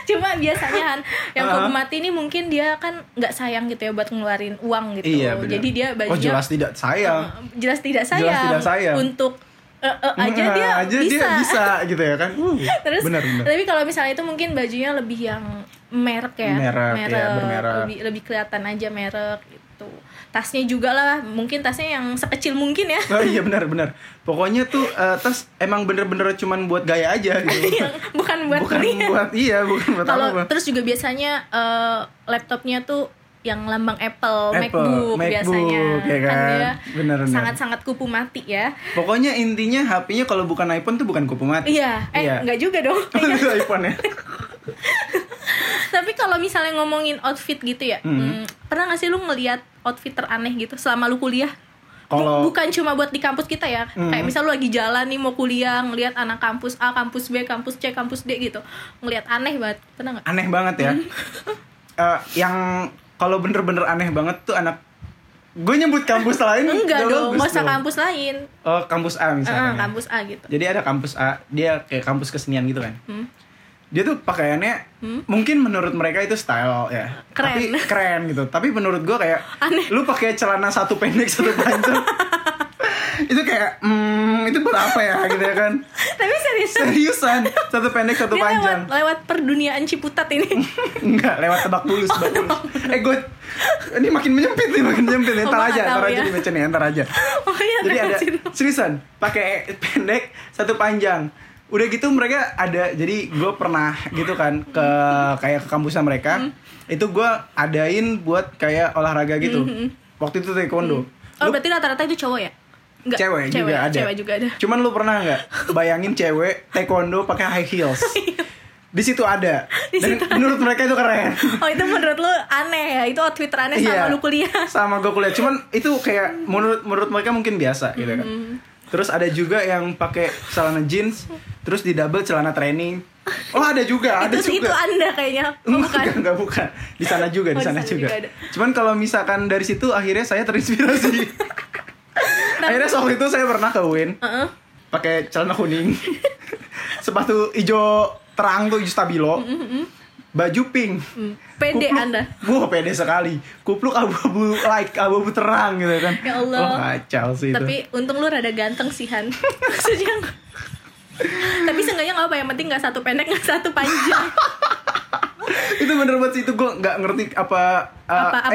Speaker 1: cuma biasanya Han, yang
Speaker 2: Ah.
Speaker 1: kupu mati ini mungkin dia kan nggak sayang gitu ya buat ngeluarin uang gitu
Speaker 2: iya, bener.
Speaker 1: jadi dia
Speaker 2: Oh,
Speaker 1: bajunya
Speaker 2: jelas tidak sayang.
Speaker 1: Uh, jelas tidak sayang.
Speaker 2: Jelas tidak sayang.
Speaker 1: Untuk eh, eh, aja
Speaker 2: Nah,
Speaker 1: dia
Speaker 2: aja
Speaker 1: bisa.
Speaker 2: dia bisa gitu ya kan. Uh,
Speaker 1: Terus
Speaker 2: bener, bener.
Speaker 1: tapi kalau misalnya itu mungkin bajunya lebih yang merek ya.
Speaker 2: Merek, ya, bermerek.
Speaker 1: Lebih lebih kelihatan aja merek gitu. Tasnya juga lah, mungkin tasnya yang sekecil mungkin ya.
Speaker 2: Oh, iya benar benar. Pokoknya tuh eh, tas emang bener-bener cuman buat gaya aja gitu.
Speaker 1: Yang bukan Iya, buat
Speaker 2: bukan
Speaker 1: kuliah.
Speaker 2: buat iya, bukan buat
Speaker 1: Kalau
Speaker 2: apa.
Speaker 1: terus juga biasanya eh, laptopnya tuh yang lambang Apple,
Speaker 2: Apple,
Speaker 1: MacBook,
Speaker 2: Macbook,
Speaker 1: biasanya
Speaker 2: ya kan?
Speaker 1: dia
Speaker 2: Bener, bener.
Speaker 1: sangat-sangat kupu mati ya.
Speaker 2: Pokoknya intinya HP-nya kalau bukan iPhone tuh bukan kupu mati.
Speaker 1: Iya, eh
Speaker 2: Iya.
Speaker 1: nggak juga dong.
Speaker 2: Itu iPhone ya.
Speaker 1: Tapi kalau misalnya ngomongin outfit gitu ya,
Speaker 2: Hmm.
Speaker 1: hmm, pernah gak sih lu ngeliat outfit teraneh gitu selama lu kuliah? Bu-
Speaker 2: Kalau-
Speaker 1: bukan cuma buat di kampus kita ya,
Speaker 2: Hmm.
Speaker 1: kayak misal lu lagi jalan nih mau kuliah ngeliat anak kampus A, kampus B, kampus C, kampus D gitu, ngeliat aneh banget, pernah nggak?
Speaker 2: Aneh banget ya. Eh, yang kalau bener-bener aneh banget tuh anak gue nyebut kampus lain
Speaker 1: Enggak
Speaker 2: nggak
Speaker 1: dong,
Speaker 2: bagus
Speaker 1: nggak usah
Speaker 2: dong.
Speaker 1: kampus lain,
Speaker 2: Oh, kampus A misalnya.
Speaker 1: Eh, kampus A gitu.
Speaker 2: Jadi ada kampus A, dia kayak kampus kesenian gitu kan.
Speaker 1: Hmm.
Speaker 2: Dia tuh pakaiannya mungkin menurut mereka itu style ya.
Speaker 1: Keren.
Speaker 2: Tapi keren gitu. Tapi menurut gua kayak
Speaker 1: Aneh.
Speaker 2: lu pakai celana satu pendek satu panjang. itu kayak hmm, itu berapa ya gitu ya kan.
Speaker 1: Tapi serius,
Speaker 2: Seriusan, satu pendek satu
Speaker 1: dia lewat,
Speaker 2: panjang.
Speaker 1: lewat perduniaan Ciputat ini.
Speaker 2: Enggak, lewat tebak bulus, tebak bulus. Eh, gue ini makin menyempit nih, makin menyempit.
Speaker 1: Oh,
Speaker 2: Entar
Speaker 1: nggak tahu
Speaker 2: aja, entar aja
Speaker 1: ya.
Speaker 2: dibaca nih, entar aja.
Speaker 1: oh iya,
Speaker 2: Jadi ada
Speaker 1: terusin.
Speaker 2: seriusan pakai pendek satu panjang. Udah gitu mereka ada jadi gue pernah gitu kan ke kayak ke kampusnya mereka.
Speaker 1: Hmm.
Speaker 2: Itu gue adain buat kayak olahraga
Speaker 1: Hmm,
Speaker 2: gitu. Waktu itu taekwondo.
Speaker 1: Oh
Speaker 2: Lu
Speaker 1: berarti rata-rata itu cowok ya? Nggak,
Speaker 2: cewek, juga ada.
Speaker 1: Cewek juga ada.
Speaker 2: Cuman lu pernah nggak bayangin cewek taekwondo pakai high heels? Di situ ada.
Speaker 1: Iya. Di
Speaker 2: Dan menurut mereka itu keren.
Speaker 1: Oh itu menurut lu aneh ya? Itu outfit aneh sama
Speaker 2: Iya.
Speaker 1: lu kuliah?
Speaker 2: Sama gue kuliah. Cuman itu kayak menurut menurut mereka mungkin biasa gitu kan.
Speaker 1: Mm-hmm.
Speaker 2: Terus ada juga yang pakai celana jeans, terus di double celana training. Oh ada juga, ada
Speaker 1: itu,
Speaker 2: juga.
Speaker 1: itu anda kayaknya Oh,
Speaker 2: Enggak,
Speaker 1: bukan
Speaker 2: enggak, bukan. Di sana juga,
Speaker 1: Oh,
Speaker 2: di
Speaker 1: di sana
Speaker 2: sana juga.
Speaker 1: juga ada.
Speaker 2: Cuman kalau misalkan dari situ akhirnya saya terinspirasi. akhirnya soal itu saya pernah ke Win
Speaker 1: Heeh.
Speaker 2: pakai celana kuning, sepatu hijau terang tuh hijau stabilo,
Speaker 1: Mm-hmm.
Speaker 2: baju pink,
Speaker 1: pede
Speaker 2: Kupluk-
Speaker 1: anda
Speaker 2: Wah pede sekali. Kupluk abu-abu light, abu-abu terang gitu kan.
Speaker 1: Ya Allah.
Speaker 2: Wah, kacau sih
Speaker 1: tapi
Speaker 2: itu.
Speaker 1: untung lu rada ganteng sih Han maksudnya nggak- tapi seenggaknya nggak apa yang penting nggak satu pendek nggak satu panjang
Speaker 2: Itu bener banget sih itu gue nggak ngerti apa, uh,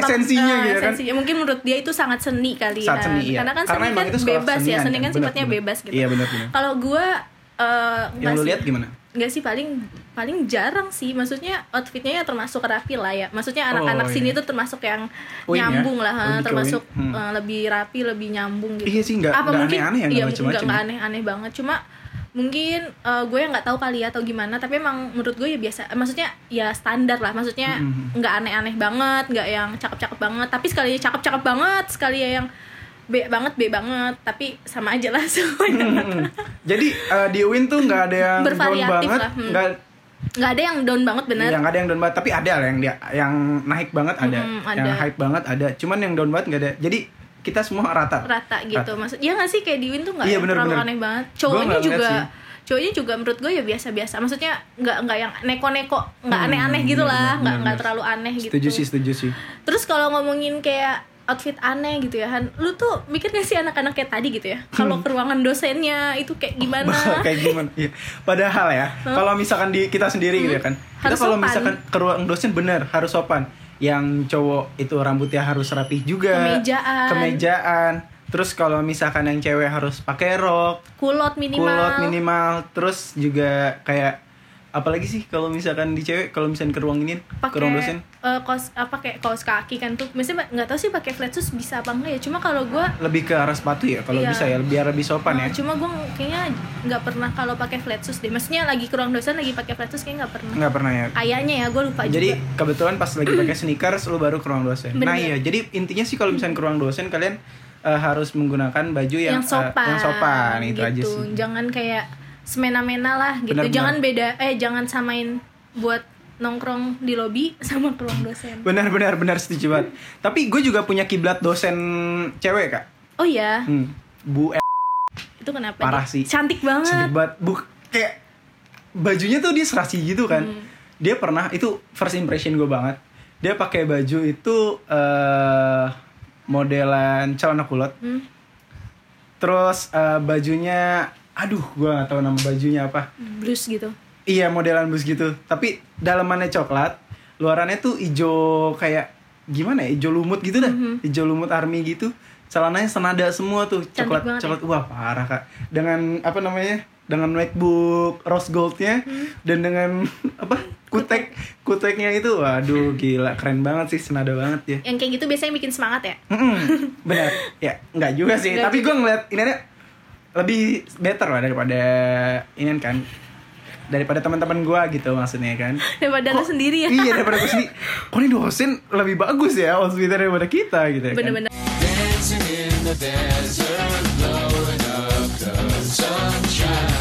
Speaker 1: eh,
Speaker 2: esensinya gitu kan.
Speaker 1: esensinya. mungkin menurut dia itu sangat seni kali
Speaker 2: Sangat
Speaker 1: ya
Speaker 2: seni, iya.
Speaker 1: karena kan
Speaker 2: Karena
Speaker 1: seni
Speaker 2: emang
Speaker 1: kan
Speaker 2: itu sekolah
Speaker 1: bebas ya
Speaker 2: kesenian
Speaker 1: seni
Speaker 2: kan.
Speaker 1: kan
Speaker 2: Benar,
Speaker 1: sifatnya
Speaker 2: benar.
Speaker 1: bebas gitu
Speaker 2: Iya, benar, benar.
Speaker 1: kalau gue eh,
Speaker 2: Yang lu
Speaker 1: masih-
Speaker 2: lihat gimana?
Speaker 1: Nggak sih paling paling jarang sih maksudnya outfitnya ya termasuk rapi lah ya maksudnya anak-anak
Speaker 2: Oh,
Speaker 1: sini
Speaker 2: iya.
Speaker 1: tuh termasuk yang
Speaker 2: Win ya?
Speaker 1: nyambung lah ha,
Speaker 2: Lebih ke
Speaker 1: termasuk
Speaker 2: win. Hmm.
Speaker 1: eh, lebih rapi lebih nyambung gitu
Speaker 2: Iya sih, nggak-
Speaker 1: apa
Speaker 2: nggak
Speaker 1: mungkin
Speaker 2: aneh-aneh ya, nggak
Speaker 1: iya,
Speaker 2: macem-macem
Speaker 1: nggak-
Speaker 2: ya.
Speaker 1: nggak aneh-aneh banget cuma mungkin eh, gue yang nggak tahu kali ya atau gimana tapi emang menurut gue ya biasa eh, maksudnya ya standar lah maksudnya
Speaker 2: Mm-mm.
Speaker 1: nggak aneh-aneh banget nggak yang cakep-cakep banget tapi sekali cakep-cakep banget sekali ya yang B banget B banget tapi sama aja lah semuanya
Speaker 2: Mm-mm. Jadi uh, di Win tuh nggak ada yang down
Speaker 1: Bervariatif
Speaker 2: banget,
Speaker 1: lah, hmm.
Speaker 2: nggak
Speaker 1: nggak ada yang down banget bener
Speaker 2: yang ada yang down banget, tapi ada lah yang dia yang naik banget ada,
Speaker 1: Mm-mm, Hmm, ada.
Speaker 2: yang hype banget ada. Cuman yang down banget nggak ada. Jadi kita semua rata.
Speaker 1: rata gitu maksud ya nggak sih kayak di Win tuh nggak
Speaker 2: Iya,
Speaker 1: yang
Speaker 2: bener,
Speaker 1: terlalu
Speaker 2: bener.
Speaker 1: aneh banget
Speaker 2: Gua
Speaker 1: cowoknya
Speaker 2: nggak ngeliat
Speaker 1: juga
Speaker 2: sih.
Speaker 1: cowoknya juga menurut gue ya biasa-biasa maksudnya nggak nggak yang neko-neko nggak
Speaker 2: Hmm,
Speaker 1: aneh-aneh gitu
Speaker 2: iya,
Speaker 1: lah
Speaker 2: bener,
Speaker 1: nggak
Speaker 2: bener,
Speaker 1: nggak
Speaker 2: bener.
Speaker 1: terlalu aneh gitu
Speaker 2: Setuju sih, setuju sih.
Speaker 1: terus kalau ngomongin kayak outfit aneh gitu ya Han lu tuh mikir gak sih anak-anak kayak tadi gitu ya kalau ke ruangan dosennya itu kayak gimana
Speaker 2: Hmm. kayak gimana Iya. padahal ya kalau misalkan di kita sendiri gitu ya kan kita
Speaker 1: Hmm. Harus
Speaker 2: kalau
Speaker 1: sopan.
Speaker 2: misalkan ke ruang dosen bener harus sopan yang cowok itu rambutnya harus rapih juga
Speaker 1: Kemejaan.
Speaker 2: kemejaan terus kalau misalkan yang cewek harus pakai rok
Speaker 1: kulot minimal
Speaker 2: kulot minimal terus juga kayak apalagi sih kalau misalkan di cewek kalau misalkan ke ruang ini ke ruang dosen
Speaker 1: pakai eh, kaos apa kayak kaos kaki kan tuh misalnya nggak tahu sih pakai flat shoes bisa apa enggak ya cuma kalau gue
Speaker 2: lebih ke arah sepatu ya kalau
Speaker 1: Iya.
Speaker 2: bisa ya biar lebih sopan ya
Speaker 1: cuma gue kayaknya nggak pernah kalau pakai flat shoes deh maksudnya lagi ke ruang dosen lagi pakai flat shoes kayak nggak pernah
Speaker 2: nggak pernah ya
Speaker 1: kayaknya ya gue lupa
Speaker 2: jadi
Speaker 1: juga
Speaker 2: kebetulan pas lagi pakai sneakers lu baru ke ruang dosen nah
Speaker 1: Bener.
Speaker 2: iya jadi intinya sih kalau misalkan ke ruang dosen kalian eh, harus menggunakan baju
Speaker 1: yang,
Speaker 2: yang eh,
Speaker 1: sopan
Speaker 2: yang sopan itu aja
Speaker 1: gitu.
Speaker 2: sih
Speaker 1: jangan kayak semena-mena lah gitu
Speaker 2: Benar-benar.
Speaker 1: jangan beda eh jangan samain buat nongkrong di lobi sama ke ruang dosen
Speaker 2: benar benar benar setuju banget tapi gue juga punya kiblat dosen cewek kak
Speaker 1: oh ya
Speaker 2: hmm. bu E-
Speaker 1: itu kenapa
Speaker 2: Parah
Speaker 1: dia?
Speaker 2: sih.
Speaker 1: cantik banget
Speaker 2: sedih banget bu kayak bajunya tuh dia serasi gitu kan
Speaker 1: Hmm.
Speaker 2: dia pernah itu first impression gue banget dia pakai baju itu eh modelan celana kulot
Speaker 1: Hmm.
Speaker 2: terus eh, bajunya aduh gue gak tahu nama bajunya apa
Speaker 1: blues gitu
Speaker 2: Iya modelan bus gitu. Tapi dalamannya coklat, luarannya tuh ijo kayak gimana ya? Ijo lumut gitu dah.
Speaker 1: Mhm.
Speaker 2: Ijo lumut army gitu. Celananya senada semua tuh
Speaker 1: Cantik
Speaker 2: coklat
Speaker 1: banget ya?
Speaker 2: coklat wah parah kak. Dengan apa namanya? Dengan MacBook rose goldnya
Speaker 1: Mhm.
Speaker 2: dan dengan apa? Kutek kuteknya itu waduh gila keren banget sih senada banget ya.
Speaker 1: yang kayak gitu biasanya bikin semangat ya
Speaker 2: Mm-mm, benar ya nggak juga sih
Speaker 1: Nggak
Speaker 2: tapi gue ngeliat ini ada lebih better lah daripada ini kan daripada teman-teman gue gitu maksudnya kan
Speaker 1: daripada lo
Speaker 2: Kok-
Speaker 1: sendiri ya
Speaker 2: iya daripada gue sendiri kok ini dosen lebih bagus ya outfitnya daripada kita gitu ya kan?
Speaker 1: bener-bener
Speaker 3: Dancing in the desert, blowing up the sunshine.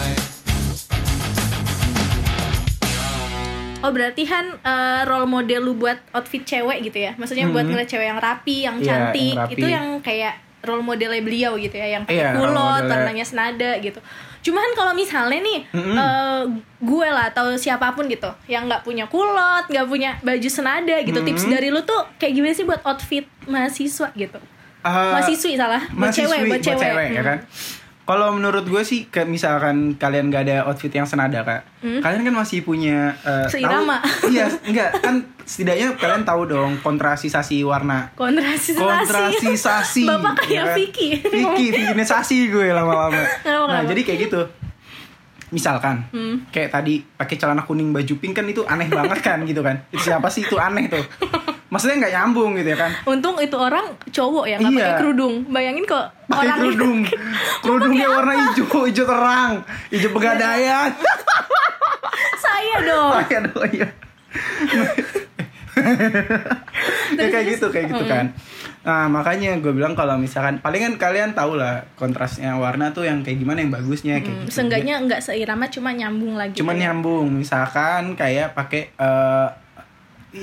Speaker 1: oh berarti kan eh, role model lu buat outfit cewek gitu ya maksudnya buat ngeliat cewek yang rapi yang
Speaker 2: Hmm. Iya, yang
Speaker 1: cantik
Speaker 2: rapi.
Speaker 1: itu yang kayak role modelnya beliau gitu ya yang pakai
Speaker 2: Iya, role
Speaker 1: kulot
Speaker 2: modelnya.
Speaker 1: warnanya senada gitu cuman kalau misalnya nih eh, gue lah atau siapapun gitu yang nggak punya kulot nggak punya baju senada gitu tips dari lu tuh kayak gimana sih buat outfit mahasiswa gitu
Speaker 2: Eh,
Speaker 1: mahasiswi salah buat
Speaker 2: mahasiswi,
Speaker 1: cewek buat cewek,
Speaker 2: ya
Speaker 1: Hmm.
Speaker 2: kan kalau menurut gue sih ke, misalkan kalian gak ada outfit yang senada kak
Speaker 1: Hmm?
Speaker 2: kalian kan masih punya eh, tahu-
Speaker 1: Seirama.
Speaker 2: iya enggak kan setidaknya kalian tahu dong kontrasisasi warna
Speaker 1: kontrasisasi
Speaker 2: kontrasisasi
Speaker 1: bapak kayak
Speaker 2: ya kan?
Speaker 1: Vicky
Speaker 2: Vicky Vicky sasi gue lama-lama nah
Speaker 1: Lama-lama.
Speaker 2: jadi kayak gitu misalkan
Speaker 1: Hmm.
Speaker 2: kayak tadi pakai celana kuning baju pink kan itu aneh banget kan gitu kan itu siapa sih itu aneh tuh maksudnya nggak nyambung gitu ya kan
Speaker 1: Untung itu orang cowok ya, nggak
Speaker 2: Iya.
Speaker 1: pakai kerudung. Bayangin kok
Speaker 2: pakai
Speaker 1: orang
Speaker 2: kerudung kerudungnya warna hijau hijau terang hijau pegadaian
Speaker 1: saya dong.
Speaker 2: Pakai doa, iya. ya kayak gitu kayak
Speaker 1: Oh, iya.
Speaker 2: gitu kan nah makanya gue bilang kalau misalkan palingan kalian tahu lah kontrasnya warna tuh yang kayak gimana yang bagusnya kayak
Speaker 1: Hmm,
Speaker 2: gitu.
Speaker 1: Seenggaknya gitu ya. nggak seirama, cuma nyambung lagi.
Speaker 2: cuman nyambung misalkan kayak pakai eh,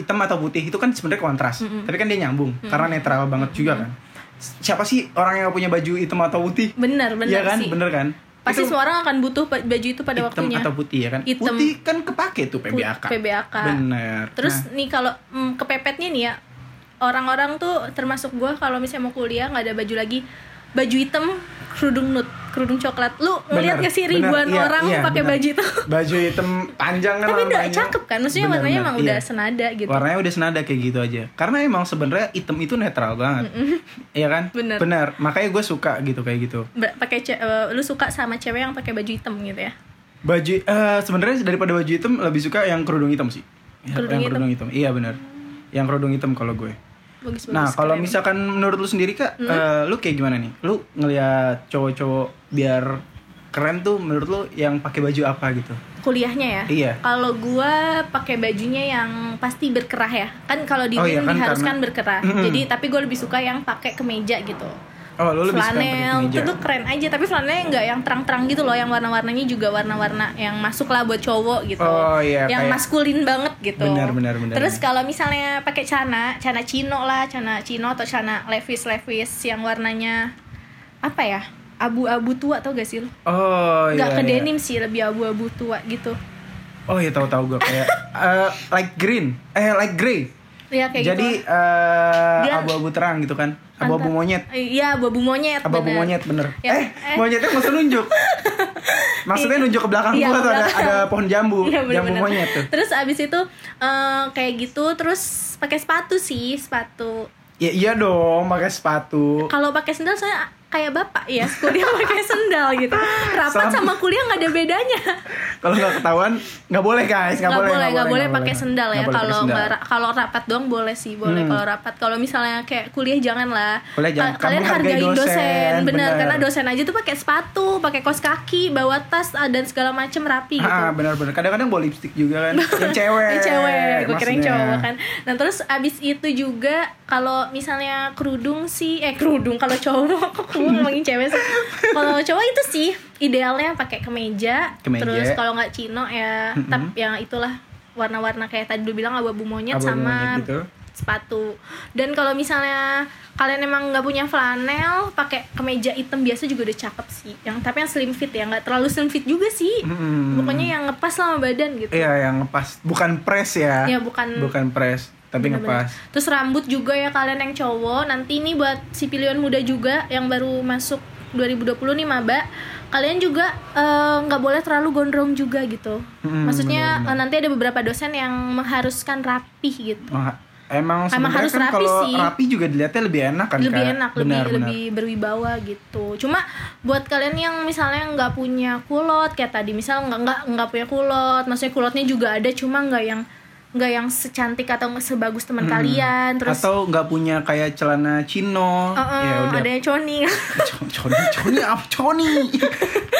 Speaker 2: hitam atau putih itu kan sebenarnya
Speaker 1: Hmm,
Speaker 2: kontras tapi kan dia nyambung karena netral banget juga kan siapa sih orang yang nggak punya baju hitam atau putih
Speaker 1: Bener, bener
Speaker 2: Iya kan
Speaker 1: sih.
Speaker 2: bener kan
Speaker 1: Pasti
Speaker 2: Itu-
Speaker 1: semua orang akan butuh pa- baju itu pada
Speaker 2: hitam
Speaker 1: waktunya.
Speaker 2: atau putih ya kan
Speaker 1: Hitam.
Speaker 2: putih kan kepake tuh PBAK
Speaker 1: PBAK.
Speaker 2: bener
Speaker 1: Terus
Speaker 2: Nah,
Speaker 1: nih kalau mm, kepepetnya nih ya, orang-orang tuh termasuk gua kalau misalnya mau kuliah nggak ada baju lagi, baju hitam, kerudung nut, kerudung coklat. Lu ngeliat
Speaker 2: bener,
Speaker 1: gak sih
Speaker 2: bener,
Speaker 1: ribuan
Speaker 2: iya,
Speaker 1: orang
Speaker 2: iya,
Speaker 1: pakai
Speaker 2: bener.
Speaker 1: baju itu?
Speaker 2: baju hitam panjang kan
Speaker 1: Tapi udah
Speaker 2: warnanya.
Speaker 1: cakep kan, maksudnya
Speaker 2: Bener,
Speaker 1: warnanya
Speaker 2: bener,
Speaker 1: emang
Speaker 2: iya.
Speaker 1: udah senada gitu.
Speaker 2: warnanya udah senada kayak gitu aja karena emang sebenarnya hitam itu netral banget Iya kan
Speaker 1: Bener.
Speaker 2: bener makanya gue suka gitu kayak gitu
Speaker 1: Ber- pakai ce- eh, lu suka sama cewek yang pakai baju hitam gitu ya
Speaker 2: baju eh sebenarnya daripada baju hitam lebih suka yang kerudung hitam sih Ya,
Speaker 1: Kerudung
Speaker 2: yang
Speaker 1: hitam.
Speaker 2: kerudung hitam iya bener yang kerudung hitam kalau gue
Speaker 1: bagus bagus
Speaker 2: nah kalau
Speaker 1: keren.
Speaker 2: misalkan menurut lu sendiri kak eh, lu kayak gimana nih lu ngelihat cowok-cowok biar keren tuh menurut lu yang pakai baju apa gitu
Speaker 1: kuliahnya ya
Speaker 2: Iya.
Speaker 1: kalau gua pakai bajunya yang pasti berkerah ya kan kalau di
Speaker 2: Oh iya
Speaker 1: UIN
Speaker 2: kan,
Speaker 1: diharuskan
Speaker 2: karena-
Speaker 1: berkerah
Speaker 2: Mm-mm.
Speaker 1: jadi tapi gue lebih suka yang pakai kemeja gitu
Speaker 2: oh lu lebih
Speaker 1: flanel
Speaker 2: suka yang pakai
Speaker 1: itu
Speaker 2: kemeja
Speaker 1: tuh keren aja tapi flanelnya nggak yang terang-terang gitu loh yang warna-warnanya juga warna-warna yang masuk lah buat cowok gitu
Speaker 2: Oh, iya,
Speaker 1: yang
Speaker 2: kayak-
Speaker 1: maskulin banget gitu
Speaker 2: Benar, benar, benar.
Speaker 1: terus kalau misalnya pakai cana cana chino lah cana chino atau cana levis levis yang warnanya apa ya abu-abu tua tau gak sih lo
Speaker 2: oh iya
Speaker 1: nggak ke
Speaker 2: iya.
Speaker 1: denim sih lebih abu-abu tua gitu
Speaker 2: oh iya tahu-tahu gue kayak eh, light green eh light grey
Speaker 1: ya kayak
Speaker 2: jadi
Speaker 1: gitu
Speaker 2: eh,
Speaker 1: Dia-
Speaker 2: abu-abu terang gitu kan abu-abu
Speaker 1: Antara-
Speaker 2: monyet
Speaker 1: iya abu-abu monyet
Speaker 2: Apa bu
Speaker 1: bener.
Speaker 2: monyet bener?
Speaker 1: Ya,
Speaker 2: eh,
Speaker 1: eh.
Speaker 2: monyetnya nggak usah nunjuk. Maksudnya nunjuk ke belakang
Speaker 1: Iya,
Speaker 2: gua
Speaker 1: ke
Speaker 2: tuh ada,
Speaker 1: belakang.
Speaker 2: ada pohon jambu,
Speaker 1: Iya,
Speaker 2: jambu
Speaker 1: bener-bener.
Speaker 2: monyet tuh.
Speaker 1: Terus abis itu eh, kayak gitu, terus pakai sepatu sih, sepatu.
Speaker 2: Ya iya dong, pakai sepatu.
Speaker 1: Kalau pakai sendal saya kayak bapak ya kuliah pakai sendal gitu rapat sama
Speaker 2: Sama.
Speaker 1: kuliah nggak ada bedanya
Speaker 2: Kalau nggak ketahuan nggak boleh guys, nggak
Speaker 1: nggak
Speaker 2: boleh.
Speaker 1: boleh nggak boleh pakai sendal ya
Speaker 2: Nggak boleh pakai
Speaker 1: kalau
Speaker 2: sendal.
Speaker 1: nggak ra- kalau rapat doang boleh sih boleh
Speaker 2: Hmm.
Speaker 1: kalau rapat kalau misalnya kayak kuliah jangan lah
Speaker 2: Kuliah jangan.
Speaker 1: Ka- kalian
Speaker 2: Kamu hargai
Speaker 1: hargai dosen,
Speaker 2: dosen,
Speaker 1: benar
Speaker 2: benar.
Speaker 1: karena dosen aja tuh pakai sepatu pakai kaos kaki bawa tas ah, dan segala macem rapi gitu
Speaker 2: Ah, benar-benar. Kadang-kadang bawa lipstick juga kan. Yang cewek.
Speaker 1: Eh, cewek gue kira yang
Speaker 2: maksudnya.
Speaker 1: cowok kan nah terus abis itu juga kalau misalnya kerudung sih eh kerudung kalau cowok kok gue ngomongin cewek sih kalau cowok itu sih idealnya pakai kemeja,
Speaker 2: Kemeja.
Speaker 1: terus kalau nggak chino ya tap yang itulah warna-warna kayak tadi lu bilang abu-abu monyet
Speaker 2: Abu-abu
Speaker 1: sama
Speaker 2: monyet gitu.
Speaker 1: sepatu dan kalau misalnya kalian emang nggak punya flanel pakai kemeja hitam biasa juga udah cakep sih yang tapi yang slim fit ya nggak terlalu slim fit juga sih
Speaker 2: Mm-mm.
Speaker 1: pokoknya yang ngepas lah sama badan gitu
Speaker 2: Iya, yang ngepas. Bukan press ya.
Speaker 1: Iya, bukan-
Speaker 2: Bukan press, tapi
Speaker 1: Bener-bener.
Speaker 2: ngepas.
Speaker 1: Terus rambut juga ya kalian yang cowok. Nanti ini buat si pilihan muda juga yang baru masuk 2020 nih maba. Kalian juga eh, nggak boleh terlalu gondrong juga gitu.
Speaker 2: Hmm,
Speaker 1: Maksudnya eh, nanti ada beberapa dosen yang mengharuskan rapih gitu.
Speaker 2: Wah, Oh, Emang, sebenarnya
Speaker 1: harus
Speaker 2: kan
Speaker 1: rapi
Speaker 2: kalau
Speaker 1: sih.
Speaker 2: rapi juga dilihatnya lebih enak kan
Speaker 1: lebih
Speaker 2: Kak?
Speaker 1: enak,
Speaker 2: Benar,
Speaker 1: lebih
Speaker 2: benar.
Speaker 1: lebih berwibawa gitu. Cuma buat kalian yang misalnya nggak punya kulot kayak tadi, misal nggak nggak nggak punya kulot, maksudnya kulotnya juga ada, cuma nggak yang nggak yang secantik atau sebagus teman kalian. Terus
Speaker 2: atau nggak punya kayak celana chino
Speaker 1: Heeh,
Speaker 2: ya udah
Speaker 1: ada yang coni
Speaker 2: Co- coni coni apa coni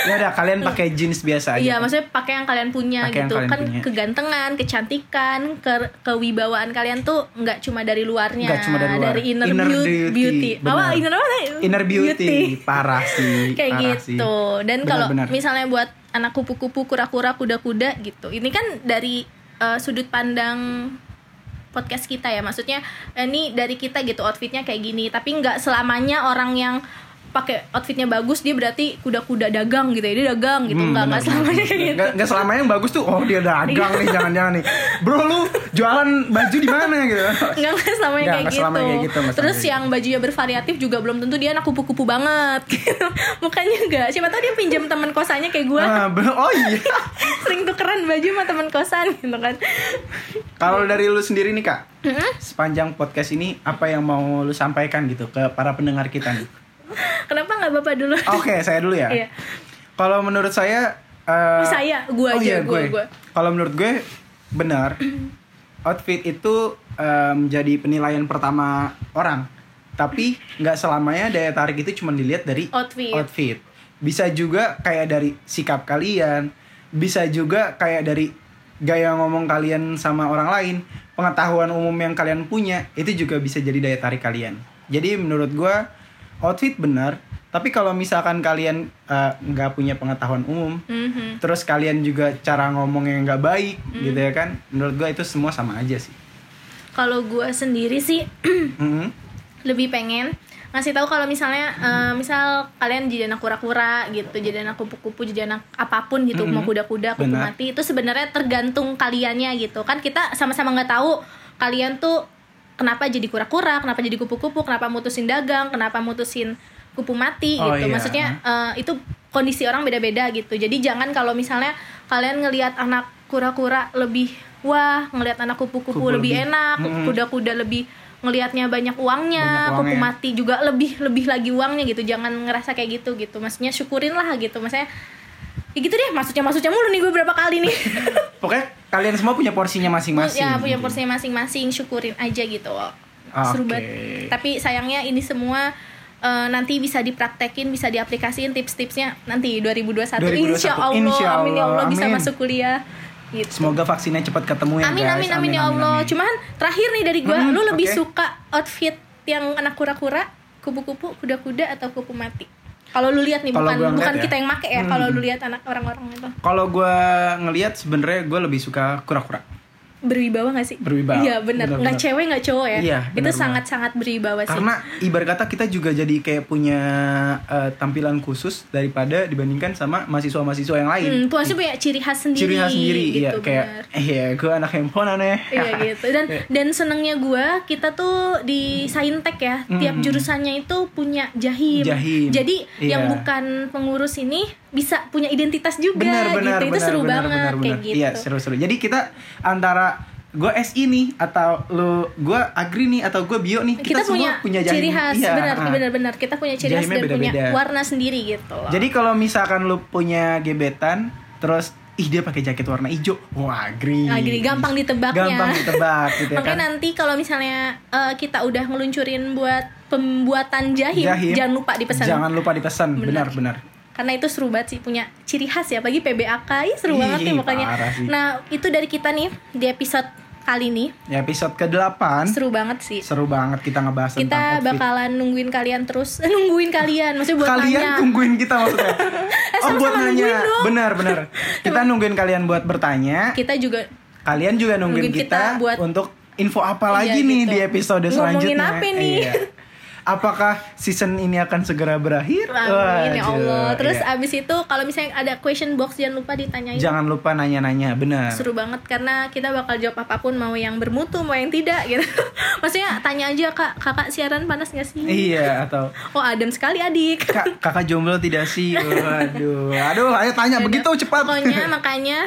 Speaker 2: ya udah kalian pakai jeans biasa aja
Speaker 1: Iya, maksudnya pakai yang kalian punya
Speaker 2: gitu. Pakai yang
Speaker 1: gitu
Speaker 2: kalian
Speaker 1: kan
Speaker 2: punya.
Speaker 1: kegantengan, kecantikan, ke kewibawaan kalian tuh nggak cuma dari luarnya,
Speaker 2: Nggak cuma dari luar.
Speaker 1: inner,
Speaker 2: Inner
Speaker 1: beau-
Speaker 2: beauty,
Speaker 1: beauty.
Speaker 2: benar.
Speaker 1: Apa inner apa? tadi?
Speaker 2: inner beauty, parah sih
Speaker 1: Kayak
Speaker 2: parah sih.
Speaker 1: gitu. Dan kalau
Speaker 2: Benar-benar.
Speaker 1: misalnya buat anak kupu-kupu, kura-kura, kuda-kuda gitu. Ini kan dari eh, sudut pandang podcast kita ya maksudnya eh, ini dari kita gitu outfitnya kayak gini tapi nggak selamanya orang yang pakai outfitnya bagus dia berarti kuda-kuda dagang gitu ya dia dagang gitu
Speaker 2: Hmm,
Speaker 1: nggak nggak
Speaker 2: benar-benar.
Speaker 1: selamanya kayak gitu
Speaker 2: Nggak, nggak selamanya yang bagus tuh oh dia dagang nih jangan-jangan nih bro lu jualan baju di mana gitu
Speaker 1: nggak nggak selamanya
Speaker 2: Nggak,
Speaker 1: kayak,
Speaker 2: nggak selamanya
Speaker 1: gitu.
Speaker 2: kayak gitu, nggak
Speaker 1: terus
Speaker 2: selamanya
Speaker 1: yang bajunya bervariatif juga belum tentu dia anak kupu-kupu banget gitu. mukanya nggak siapa tahu dia pinjam teman kosannya kayak gue
Speaker 2: Ah, be- oh iya
Speaker 1: sering tukeran baju sama teman kosan gitu kan
Speaker 2: kalau dari lu sendiri nih kak
Speaker 1: Iya. Mm-mm.
Speaker 2: sepanjang podcast ini apa yang mau lu sampaikan gitu ke para pendengar kita nih
Speaker 1: kenapa nggak bapak dulu
Speaker 2: oke saya dulu ya
Speaker 1: Iya.
Speaker 2: Kalau menurut saya eh,
Speaker 1: Saya, gua aja, gua,
Speaker 2: gue.
Speaker 1: gua.
Speaker 2: Kalau menurut gue benar outfit itu eh, menjadi penilaian pertama orang. Tapi nggak selamanya daya tarik itu cuma dilihat dari
Speaker 1: Outfit.
Speaker 2: Bisa juga kayak dari sikap kalian, bisa juga kayak dari gaya ngomong kalian sama orang lain, pengetahuan umum yang kalian punya itu juga bisa jadi daya tarik kalian. Jadi menurut gua outfit benar, tapi kalau misalkan kalian eh, nggak punya pengetahuan umum,
Speaker 1: Mhm.
Speaker 2: terus kalian juga cara ngomongnya nggak baik
Speaker 1: Hmm.
Speaker 2: gitu ya kan menurut gua itu semua sama aja sih
Speaker 1: kalau gue sendiri sih
Speaker 2: Mhm.
Speaker 1: lebih pengen ngasih tahu kalau misalnya eh, misal kalian jadi anak kura-kura gitu jadi anak kupu-kupu jadi anak apapun gitu mau kuda-kuda kupu
Speaker 2: Mm-hmm. Benar.
Speaker 1: mati itu sebenarnya tergantung kaliannya gitu kan kita sama-sama nggak tahu kalian tuh kenapa jadi kura-kura kenapa jadi kupu-kupu kenapa mutusin dagang kenapa mutusin kupu mati
Speaker 2: Oh,
Speaker 1: gitu
Speaker 2: iya.
Speaker 1: maksudnya eh, itu kondisi orang beda-beda gitu jadi jangan kalau misalnya kalian ngelihat anak kura-kura lebih wah ngelihat anak kupu-kupu
Speaker 2: Kupu
Speaker 1: lebih,
Speaker 2: lebih.
Speaker 1: enak
Speaker 2: Mm-mm.
Speaker 1: kuda-kuda lebih ngelihatnya banyak uangnya
Speaker 2: Banyak
Speaker 1: Kupu
Speaker 2: uangnya.
Speaker 1: mati juga lebih lebih lagi uangnya gitu jangan ngerasa kayak gitu gitu maksudnya syukurin lah gitu maksudnya ya gitu deh maksudnya maksudnya mulu nih gue berapa kali nih
Speaker 2: pokoknya kalian semua punya porsinya masing-masing
Speaker 1: ya punya porsinya masing-masing syukurin aja gitu seru
Speaker 2: Oke.
Speaker 1: banget tapi sayangnya ini semua eh, nanti bisa dipraktekin bisa diaplikasiin tips-tipsnya nanti 2021,
Speaker 2: 2021,
Speaker 1: insya Allah
Speaker 2: insya
Speaker 1: amin ya Allah
Speaker 2: Allah,
Speaker 1: bisa
Speaker 2: amin.
Speaker 1: masuk kuliah gitu
Speaker 2: semoga vaksinnya cepat ketemu ya
Speaker 1: Amin,
Speaker 2: guys.
Speaker 1: amin, amin, ya Allah.
Speaker 2: amin.
Speaker 1: Cuman terakhir nih dari gua,
Speaker 2: Hmm,
Speaker 1: lu lebih
Speaker 2: oke.
Speaker 1: suka outfit yang anak kura-kura, kupu-kupu, kuda-kuda atau kupu mati? Kalau lu lihat nih,
Speaker 2: Kalau
Speaker 1: bukan
Speaker 2: gua ngeliat
Speaker 1: bukan
Speaker 2: ya.
Speaker 1: kita yang make ya. Kalau lu lihat anak orang-orang itu
Speaker 2: kalau gua ngelihat sebenarnya gua lebih suka kura-kura
Speaker 1: berwibawa gak sih?
Speaker 2: Berwibawa.
Speaker 1: Iya benar.
Speaker 2: Benar,
Speaker 1: Nggak
Speaker 2: benar.
Speaker 1: cewek nggak cowok ya.
Speaker 2: Iya,
Speaker 1: itu
Speaker 2: benar,
Speaker 1: sangat-sangat berwibawa sih.
Speaker 2: karena ibarat kata kita juga jadi kayak punya eh, tampilan khusus daripada dibandingkan sama mahasiswa-mahasiswa yang lain
Speaker 1: Hmm, puasnya punya ciri khas sendiri.
Speaker 2: ciri khas sendiri
Speaker 1: gitu,
Speaker 2: iya kayak
Speaker 1: benar.
Speaker 2: iya gua anak handphone aneh
Speaker 1: Iya gitu dan dan senengnya gua kita tuh di Saintek ya tiap jurusannya itu punya jahim.
Speaker 2: Jahim.
Speaker 1: Jadi
Speaker 2: Iya.
Speaker 1: yang bukan pengurus ini bisa punya identitas juga
Speaker 2: benar benar
Speaker 1: gitu. itu
Speaker 2: benar,
Speaker 1: seru
Speaker 2: benar,
Speaker 1: banget
Speaker 2: benar,
Speaker 1: kayak
Speaker 2: benar.
Speaker 1: gitu.
Speaker 2: iya seru seru jadi kita antara gue SI nih atau lu gue agri nih atau gue bio nih
Speaker 1: kita, punya,
Speaker 2: semua punya
Speaker 1: ciri
Speaker 2: jahim.
Speaker 1: khas
Speaker 2: Iya,
Speaker 1: benar
Speaker 2: ah.
Speaker 1: benar benar kita punya ciri khas dan
Speaker 2: Jahimnya
Speaker 1: punya
Speaker 2: beda-beda.
Speaker 1: warna sendiri gitu loh.
Speaker 2: Jadi kalau misalkan lu punya gebetan, terus ih dia pakai jaket warna hijau, wah agri.
Speaker 1: Agri, gampang ditebaknya.
Speaker 2: Gampang ditebak gitu ya
Speaker 1: Makanya
Speaker 2: kan.
Speaker 1: nanti kalau misalnya eh, kita udah ngeluncurin buat pembuatan jahim,
Speaker 2: Jahim.
Speaker 1: jangan lupa dipesan.
Speaker 2: Iya, Jangan lupa dipesan,
Speaker 1: Benar.
Speaker 2: benar benar.
Speaker 1: Karena itu seru banget sih punya ciri khas ya bagi PBAK. Ih, seru
Speaker 2: Ih,
Speaker 1: banget nih pokoknya.
Speaker 2: parah sih.
Speaker 1: Nah, itu dari kita nih di episode kali ini.
Speaker 2: Ya episode ke-8
Speaker 1: Seru banget sih.
Speaker 2: seru banget kita ngebahas
Speaker 1: Kita
Speaker 2: tentang outfit.
Speaker 1: bakalan nungguin kalian terus, nungguin kalian maksudnya buat
Speaker 2: kalian
Speaker 1: nanya.
Speaker 2: tungguin kita maksudnya. oh, buat
Speaker 1: sama-sama
Speaker 2: nanya.
Speaker 1: nungguin dong.
Speaker 2: Benar, benar. Kita nungguin kalian buat bertanya.
Speaker 1: Kita juga
Speaker 2: Kalian juga nungguin,
Speaker 1: Nungguin
Speaker 2: kita,
Speaker 1: kita buat-
Speaker 2: untuk info apa
Speaker 1: Iya,
Speaker 2: lagi nih
Speaker 1: gitu.
Speaker 2: di episode
Speaker 1: Ngomongin
Speaker 2: selanjutnya.
Speaker 1: apa nih?
Speaker 2: Iya. Apakah season ini akan segera berakhir?
Speaker 1: Amin ya
Speaker 2: Waduh,
Speaker 1: Allah. Terus
Speaker 2: iya.
Speaker 1: abis itu kalau misalnya ada question box jangan lupa ditanyain.
Speaker 2: Jangan lupa nanya-nanya, benar.
Speaker 1: Seru banget karena kita bakal jawab apapun mau yang bermutu mau yang tidak gitu. Maksudnya tanya aja kak kakak siaran panas gak sih?
Speaker 2: Iya, atau
Speaker 1: Oh adem sekali adik.
Speaker 2: "Kak, kakak jomblo tidak sih? Waduh, aduh, ayo tanya begitu cepat.
Speaker 1: Pokoknya makanya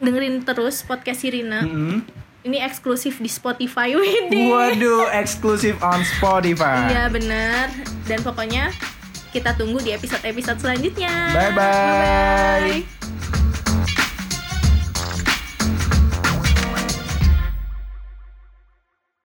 Speaker 1: dengerin terus podcast Sirina.
Speaker 2: Mm.
Speaker 1: Ini eksklusif di Spotify Widih.
Speaker 2: Waduh, eksklusif on Spotify.
Speaker 1: Iya bener Dan pokoknya kita tunggu di episode-episode selanjutnya.
Speaker 2: Bye bye.